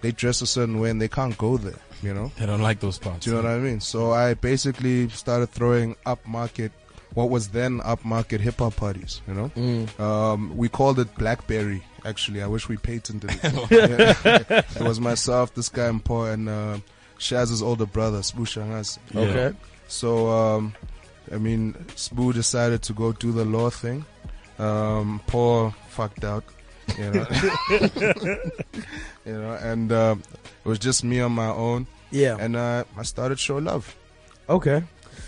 E: they dress a certain way and they can't go there, you know?
D: They don't like those spots.
E: Do you know what I mean? So I basically started throwing upmarket, what was then upmarket hip hop parties, you know? Um, we called it Blackberry, actually. I wish we patented it. Yeah. it was myself, this guy, and Paul, and uh, Shaz's older brother, Spoo Shangas.
D: Yeah.
C: Okay.
E: So, um, I mean, Spoo decided to go do the law thing. Um, poor fucked out, you know. you know, and um it was just me on my own.
C: Yeah.
E: And uh, I started Show Love.
C: Okay.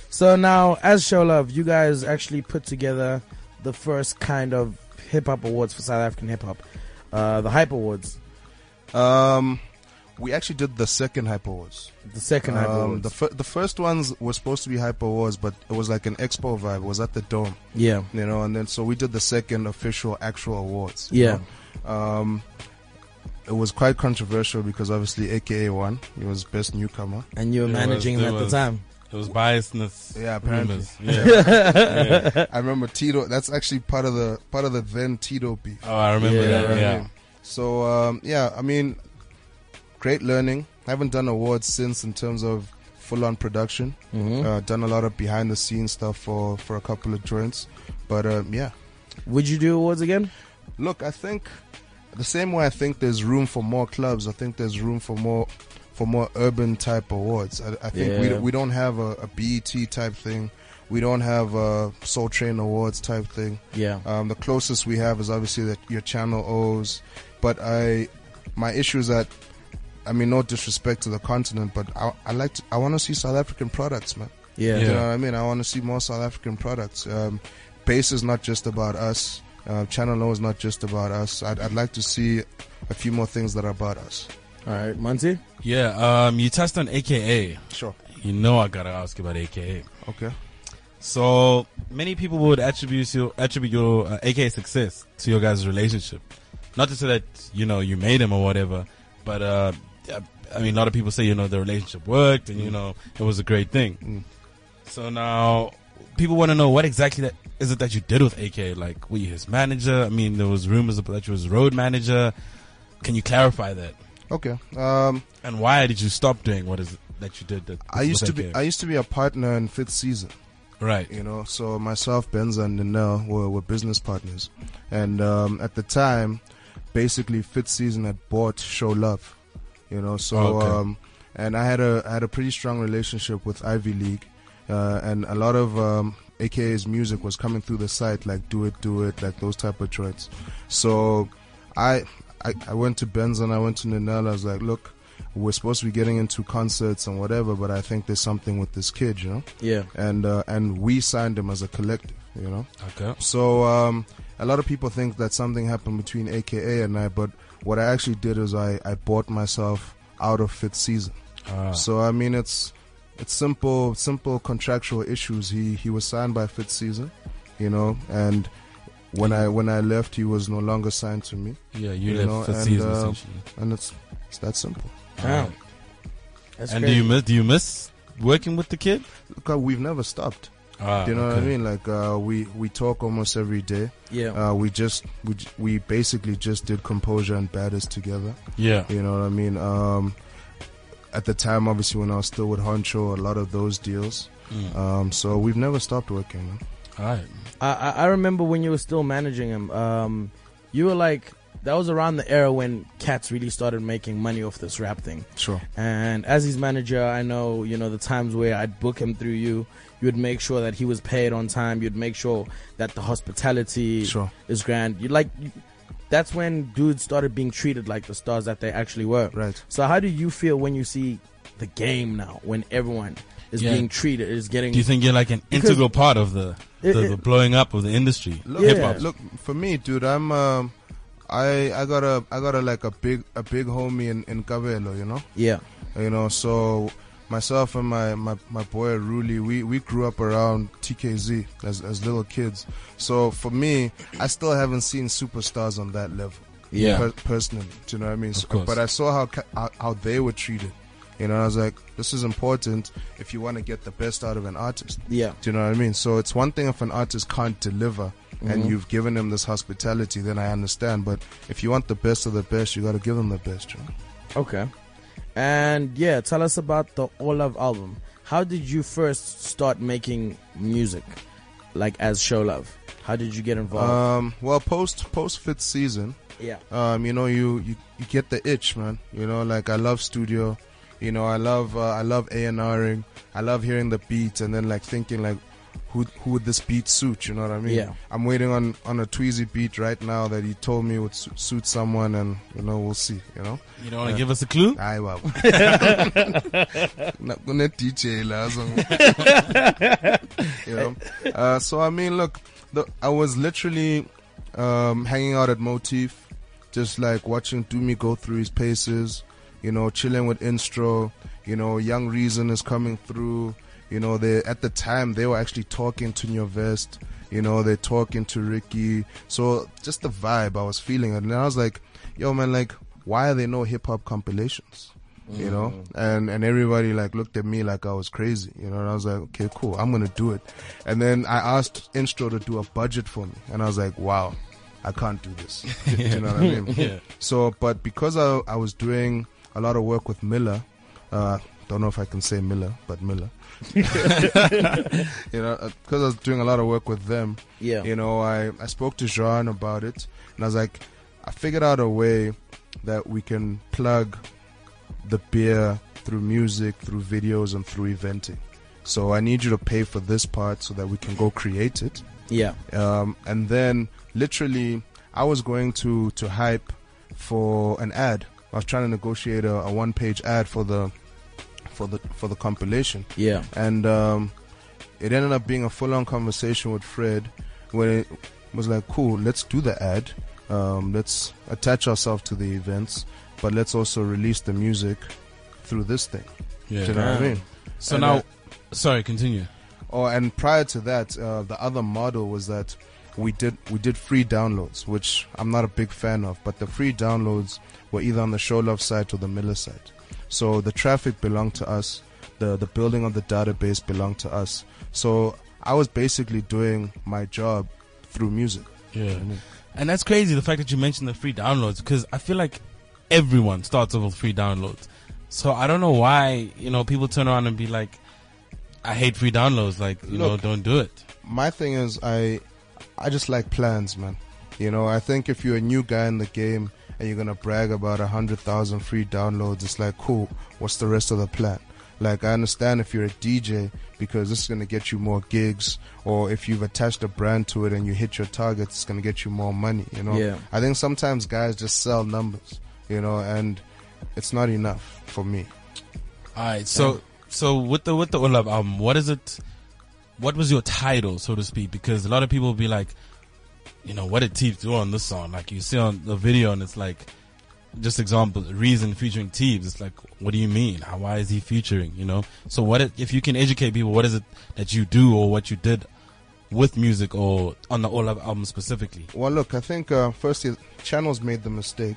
C: So now, as Show Love, you guys actually put together the first kind of hip hop awards for South African hip hop, uh, the Hype Awards,
E: Um, we actually did the second Hyper Wars.
C: the second Hype
E: Um,
C: Awards.
E: the, fir- the first ones were supposed to be Hyper Wars, but it was like an expo vibe. It was at the Dome.
C: yeah.
E: you know and then so we did the second official actual awards you
C: Yeah.
E: know. um it was quite controversial because obviously aka won he was best newcomer
C: And you were
D: There was-
C: managing
D: there
C: at the
D: was-
C: time.
D: It was biasness.
E: Yeah, apparently.
D: rumors. Yeah.
E: i remember tito that's actually part of the part of the then tito beef
D: Oh, I remember
C: Yeah.
D: that. Yeah.
E: so um yeah i mean great learning haven't done awards since in terms of full-on production uh, done a lot of behind the scenes stuff for for a couple of joints but um yeah
C: Would you do awards again?
E: Look, I think the same way I think there's room for more clubs, I think there's room for more for more urban type awards. I, I think we,
C: Yeah.
E: we don't have a, a BET type thing. We don't have a Soul Train Awards type thing.
C: Yeah.
E: Um, the closest we have is obviously that your channel O's, but I, my issue is that, I mean, no disrespect to the continent, but I, I like to, I want to see South African products, man.
C: Yeah.
E: You know what I mean? I want to see more South African products. Um, Base is not just about us. Uh, Channel O is not just about us. I'd, I'd like to see a few more things that are about us.
C: All right, Monty.
D: Yeah. Um, you touched on AKA.
E: Sure.
D: You know, I gotta ask about AKA.
E: Okay.
D: So many people would attribute your attribute your uh, AKA success to your guys' relationship. Not to say that you know you made him or whatever, but uh, I- I mean, a lot of people say you know the relationship worked and
E: Mm.
D: you know it was a great thing. So now people want to know what exactly that is it that you did with AKA? Like, were you his manager? I mean, there was rumors about that you was road manager. Can you clarify that?
E: Okay. Um,
D: And why did you stop doing what is it that you did? That
E: I used to
D: with
E: be
D: AKA?
E: I used to be a partner in Fifth Season.
D: right.
E: You know, so myself, Benza, and Nanel were, were business partners, and um, at the time, basically, Fifth Season had bought Show Love. You know, so
D: Oh, Okay.
E: um, and I had a I had a pretty strong relationship with Ivy League, uh, and a lot of um, AKA's music was coming through the site, like Do It, Do It, like those type of joints. So I I, I went to Benza and I went to Nanel. I was like, look. We're supposed to be getting into concerts and whatever, but I think there's something with this kid, you know
C: Yeah.
E: and uh, and we signed him as a collective, you know.
D: Okay.
E: So um, a lot of people think that something happened between AKA and I, but what I actually did is I I bought myself out of fifth season.
D: Ah.
E: So I mean it's it's simple simple contractual issues. He he was signed by fifth season, you know, and when I when I left, he was no longer signed to me,
D: Yeah, you,
E: You
D: left
E: know,
D: for
E: and,
D: season
E: uh,
D: essentially.
E: and it's it's that simple.
C: Wow. That's
D: and
C: crazy.
D: do you miss do you miss working with the kid?
E: Look, we've never stopped.
D: Ah,
E: Do you know what I
D: okay.
E: mean? Like uh, we we talk almost every day.
C: Yeah.
E: Uh, we just we, j- we basically just did composure and baddest together.
D: Yeah.
E: You know what I mean? Um, at the time, obviously, when I was still with Honcho, a lot of those deals. Um, so we've never stopped working. Man.
D: All right.
C: I, I I remember when you were still managing him. Um, you were like that was around the era when cats really started making money off this rap thing.
E: Sure.
C: And as his manager, I know you know the times where I'd book him through you. You would make sure that he was paid on time. You'd make sure that the hospitality
E: Sure.
C: is grand. You like. You, that's when dudes started being treated like the stars that they actually were.
E: Right.
C: So how do you feel when you see the game now, when everyone is
D: Yeah.
C: being treated, is getting
D: Do you think you're like an
C: Because-
D: integral part of the
C: It-
D: the,
C: it-
D: the blowing up of the industry?
E: Look,
C: Yeah.
D: Hip hop.
E: look for me, dude. I'm um, I I got a I got a like a big a big homie in in Cabello, you know.
C: Yeah.
E: You know, so myself and my, my, my boy Ruli, we, we grew up around TKZ as, as little kids. So for me, I still haven't seen superstars on that level.
D: Yeah.
E: personally, do you know what I mean? So-
D: course.
E: but I saw how, ca- how how they were treated. You know, I was like, this is important if you want to get the best out of an artist.
C: Yeah.
E: Do you know what I mean? So it's one thing if an artist can't deliver and
D: Mm-hmm.
E: you've given him this hospitality, then I understand. But if you want the best of the best, you got to give them the best. You know?
C: Okay. And yeah, tell us about the All Love album. How did you first start making music, like as Show Love? How did you get involved?
E: Um, well, post post fifth season,
C: yeah.
E: um, you know, you, you you get the itch, man. You know, like I love studio. You know, I love uh, I love A and Ring. I love hearing the beats and then like thinking like, who who would this beat suit? You know what I mean?
C: Yeah.
E: I'm waiting on on a Tweezy beat right now that he told me would su- suit someone, and you know we'll see. You know.
D: You don't want to give us a clue?
E: Hayi baba. Na- kune-DJ la, so- You know? Uh, so I mean, look, the, I was literally um, hanging out at Motif, just like watching Dumi go through his paces. You know, chilling with Instro. You know, Young Reason is coming through. You know, they at the time they were actually talking to New Vest. You know, they're talking to Ricky. So just the vibe I was feeling, and I was like, "Yo, man, like, why are there no hip hop compilations?" you know and and everybody like looked at me like i was crazy you know and i was like okay cool i'm gonna do it and then i asked instro to do a budget for me and i was like wow i can't do this do you know what i mean so but because I, I was doing a lot of work with miller uh don't know if i can say miller but miller you know because i was doing a lot of work with them
C: Yeah.
E: you know i i spoke to jean about it and i was like i figured out a way that we can plug the beer through music, through videos, and through eventing. So I need you to pay for this part so that we can go create it.
C: Yeah.
E: Um, and then literally, I was going to to hype for an ad. I was trying to negotiate a, a one page ad for the for the for the compilation
C: Yeah.
E: and um, it ended up being a full-on conversation with Fred, where it was like, "Cool, let's do the ad, um, let's attach ourselves to the events, but let's also release the music through this thing."
D: Yeah.
E: Do you know what I mean?
D: So
E: And,
D: now,
E: uh,
D: sorry, continue.
E: Oh, and prior to that, uh, the other model was that we did we did free downloads, which I'm not a big fan of. But the free downloads were either on the Show Love site or the Miller site. So the traffic belonged to us. the The building of the database belonged to us. So I was basically doing my job through music.
D: Yeah. And that's crazy the fact that you mentioned the free downloads because I feel like everyone starts off with free downloads. So I don't know why, you know, people turn around and be like, I hate free downloads. Like, you know,
E: Look.
D: don't do it.
E: my thing is I I just like plans, man. You know, I think if you're a new guy in the game and you're gonna brag about a hundred thousand free downloads, it's like cool, what's the rest of the plan? Like I understand if you're a DJ because this is gonna get you more gigs or if you've attached a brand to it and you hit your targets, it's gonna get you more money, you know?
C: Yeah.
E: I think sometimes guys just sell numbers, you know, and it's not enough for me.
D: All right. So, so with the, with the Olaf album, what is it? What was your title, so to speak? Because a lot of people will be like, you know, what did Teebs do on this song? Like you see on the video and it's like, just example, Reason featuring Teebs. It's like, what do you mean? How, why is he featuring? You know? So what, it, if you can educate people, what is it that you do or what you did with music or on the Olaf album specifically?
E: Well, look, I think uh, firstly, Channels made the mistake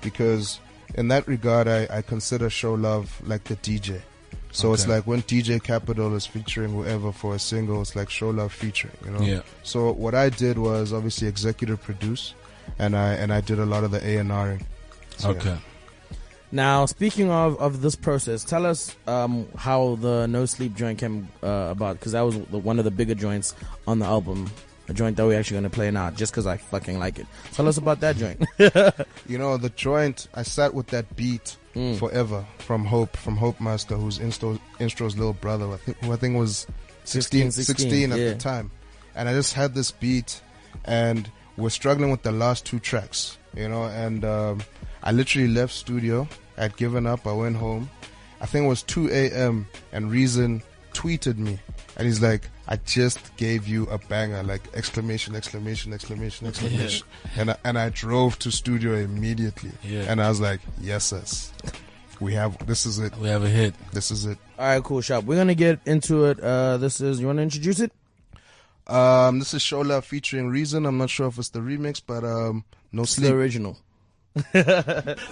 E: because in that regard, I, I consider Show Love like the DJ. So it's
D: Okay.
E: like when DJ Capital is featuring whoever for a single, it's like Show Love featuring, you know.
D: Yeah.
E: So what I did was obviously executive produce, and I and I did a lot of the A and R.
D: Okay.
C: Now, speaking of, of this process, tell us um, how the No Sleep joint came uh, about because that was the, one of the bigger joints on the album, a joint that we're actually going to play now just because I fucking like it. Tell us about that joint.
E: you know the joint i sat with that beat forever from hope from hope master who's Instro, instro's little brother i think who i think was 16
C: 16,
E: 16, at
C: yeah.
E: the time and i just had this beat and we're struggling with the last two tracks you know and um, i literally left studio i'd given up i went home i think it was 2 a.m and reason tweeted me and he's like i just gave you a banger like exclamation exclamation exclamation exclamation and I, and I drove to studio immediately.
D: Yeah.
E: And I was like, yes, sis. We have this is it.
D: We have a hit.
E: This is it.
C: All right, cool, Shop. We're going to get into it. Uh, this is, you want to introduce it?
E: Um, this is Shola featuring Reason. I'm not sure if it's the remix, but um, no
C: The
E: sleep.
C: original.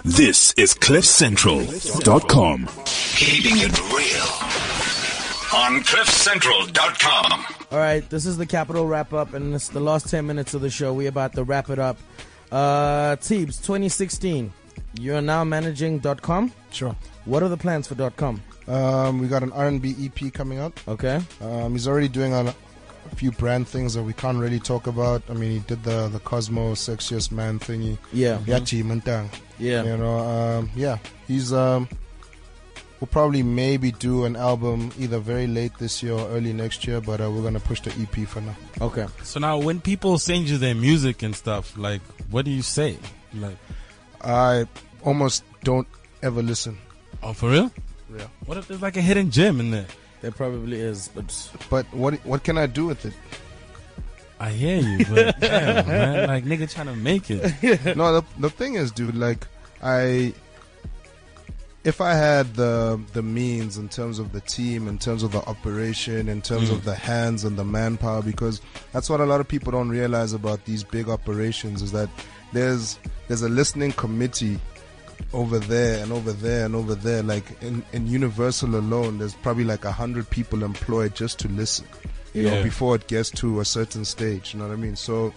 A: This is CliffCentral.com.
B: Keeping it real on CliffCentral.com.
C: All right, this is the Capital Wrap Up, and it's the last 10 minutes of the show. We're about to wrap it up. Uh, Teebs, 2016. You're now managing dot .com.
E: Sure.
C: What are the plans for dot .com?
E: Um, we got an R&B EP coming out.
C: Okay.
E: Um, he's already doing a, a few brand things that we can't really talk about. I mean, he did the the Cosmo Sexiest Man thingy.
C: Yeah.
E: Yachi Mantang.
C: Yeah.
E: You know, um, yeah, he's um, We'll probably maybe do an album either very late this year or early next year, but uh, we're gonna push the EP for now.
C: Okay.
D: So now, when people send you their music and stuff, like, what do you say? Like,
E: I almost don't ever listen,
D: oh, for real?
E: Yeah.
D: What if there's like a hidden gem in there?
C: There probably is, but
E: but what what can I do with it?
D: I hear you, but damn, man, like nigga trying to make it.
E: no, the, the thing is, dude, like I, if I had the the means in terms of the team, in terms of the operation, in terms of the hands and the manpower, because that's what a lot of people don't realize about these big operations is that there's there's a listening committee over there and over there and over there. Like in, in Universal alone, there's probably like a hundred people employed just to listen. You know,
D: Yeah.
E: before it gets to a certain stage. You know what I mean? So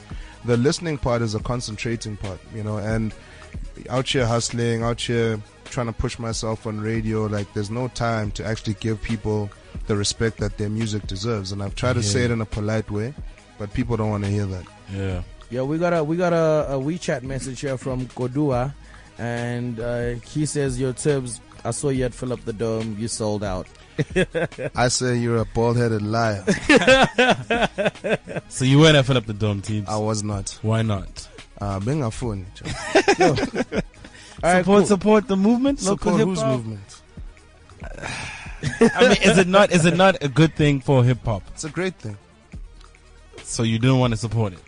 E: the listening part is a concentrating part, you know, and out here hustling, out here trying to push myself on radio, like there's no time to actually give people the respect that their music deserves. And I've tried to say it in a polite way, but people don't want to hear that.
D: Yeah.
C: Yeah, we got a we got a, a WeChat message here from Kodua, and uh, he says, "Your Tibbs, I saw you at fill up the dome. You sold out."
E: I say you're a bald headed liar.
D: So you weren't filling up the dome teams.
E: I was not.
D: Why not?
E: Uh, being a phone.
C: All right,
D: support,
C: cool.
D: support the movement.
E: Support
D: Local hip
E: whose
D: hop.
E: movement?
D: I mean, is it not? Is it not a good thing for hip hop?
E: It's a great thing.
D: So you didn't want to support it.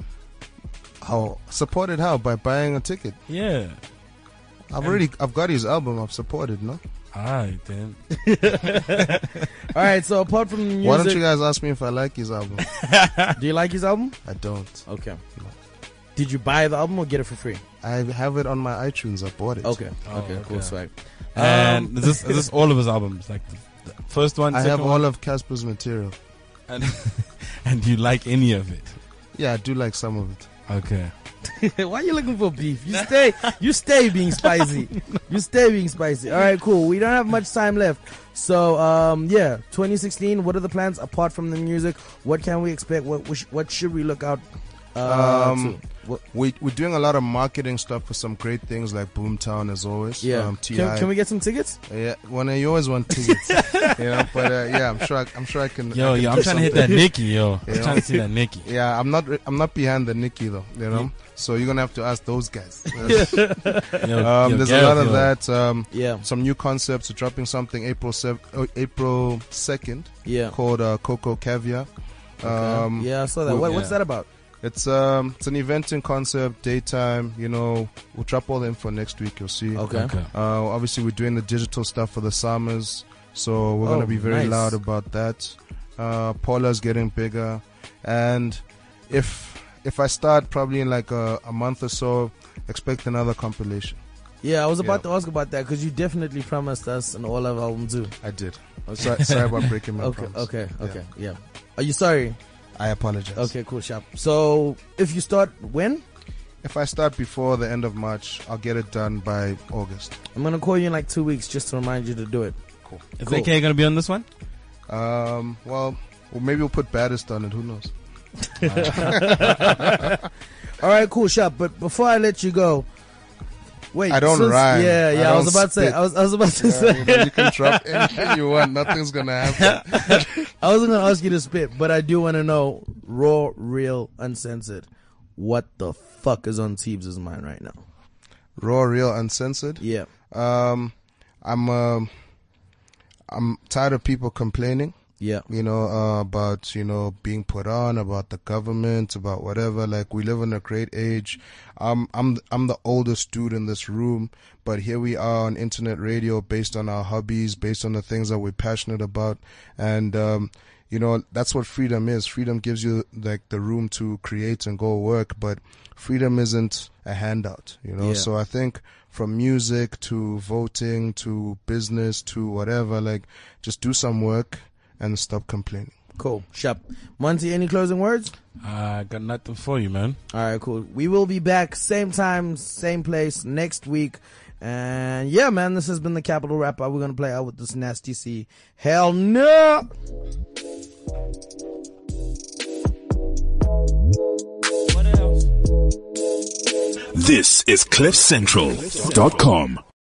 E: How supported how? By buying a ticket.
D: Yeah.
E: I've already I've got his album, I've supported, no?
D: Alright then.
C: All right. So apart from the music,
E: Why don't you guys ask me if I like his album?
C: do you like his album?
E: I don't.
C: Okay. Did you buy the album or get it for free?
E: I have it on my iTunes, I bought it.
C: Okay. Oh, okay, Cool swag.
D: Um, And is this is this all of his albums? Like the, the first one,
E: I have
D: second one?
E: all of Casper's material.
D: and, and do you like any of it?
E: Yeah, I do like some of it.
D: Okay.
C: Why are you looking for beef? You stay, you stay being spicy. You stay being spicy. All right, cool. We don't have much time left, so um, yeah, 2016. What are the plans apart from the music? What can we expect? What what, sh- what should we look out? Uh,
E: Um,
C: to? What,
E: We, we're doing a lot of marketing stuff for some great things like Boomtown, as always.
C: yeah,
E: Um, TI.
C: can, can we get some tickets?
E: Yeah, when you always want tickets, you know. But uh, yeah, I'm sure. I, I'm sure I can. I
D: Yo,
E: can
D: yo,
E: do
D: I'm trying to hit that
E: something.
D: Nikki, yo. I'm
E: Yeah.
D: trying to see that Nikki.
E: Yeah, I'm not. re- I'm not behind the Nikki though. You know.
C: Mm-hmm.
E: So you're gonna have to ask those guys.
D: Yo,
E: um,
D: yo,
E: there's a
D: Gareth,
E: lot of
D: yo.
E: that. Um,
C: Yeah,
E: some new concepts. We're dropping something April sev- oh, April second
C: yeah,
E: called uh, Coco Caviar. Um,
C: yeah. I saw that.
E: we-
C: What, What's
D: yeah.
C: that about?
E: It's um it's an eventing concept, daytime. You know, we'll drop all the info next week. You'll see.
C: Okay.
D: Okay.
E: Uh, obviously, we're doing the digital stuff for the summers, so we're
C: Oh,
E: gonna be very
C: nice.
E: loud about that. Uh, Paula's getting bigger, and if if I start probably in like a, a month or so, expect another compilation.
C: Yeah, I was about
E: Yeah.
C: to ask about that because you definitely promised us an all of album too.
E: I did. Oh, Sorry, sorry about breaking my
C: Okay,
E: promise.
C: okay,
E: Yeah.
C: okay. Yeah. Are you sorry?
E: I apologize.
C: Okay, cool, sharp. So if you start when?
E: If I start before the end of March, I'll get it done by August.
C: I'm gonna call you in like two weeks just to remind you to do it.
D: Is
C: Cool.
D: AK gonna be on this one?
E: Um, well, well, maybe we'll put baddest on it. Who knows?
C: All right, cool, Shop. But before I let you go, wait.
E: I don't
C: since-
E: rhyme.
C: Yeah,
E: I
C: yeah. I, was
E: don't
C: about to say.
E: spit.
C: I was, I was about to
E: Uh,
C: say.
E: you, know, you can drop anything you want. Nothing's gonna happen.
C: I wasn't gonna ask you to spit, but I do want to know raw, real, uncensored. What the fuck is on Teebs' mind right now?
E: Raw, real, uncensored.
C: Yeah.
E: Um, I'm um, I'm tired of people complaining.
C: Yeah.
E: You know uh, about you know being put on about the government about whatever. Like we live in a great age. Um, I'm I'm the oldest dude in this room, but here we are on internet radio, based on our hobbies, based on the things that we're passionate about, and um, you know that's what freedom is. Freedom gives you like the room to create and go work, but freedom isn't a handout. You know,
C: Yeah.
E: so I think from music to voting to business to whatever, like just do some work and stop complaining.
C: Cool, Shop. Monty, any closing words?
D: I got nothing for you, man.
C: All right, cool. We will be back same time, same place next week. And yeah, man, this has been the Capital Wrap Up. We're gonna play out with this nasty C. Hell no!
A: This is CliffCentral.com.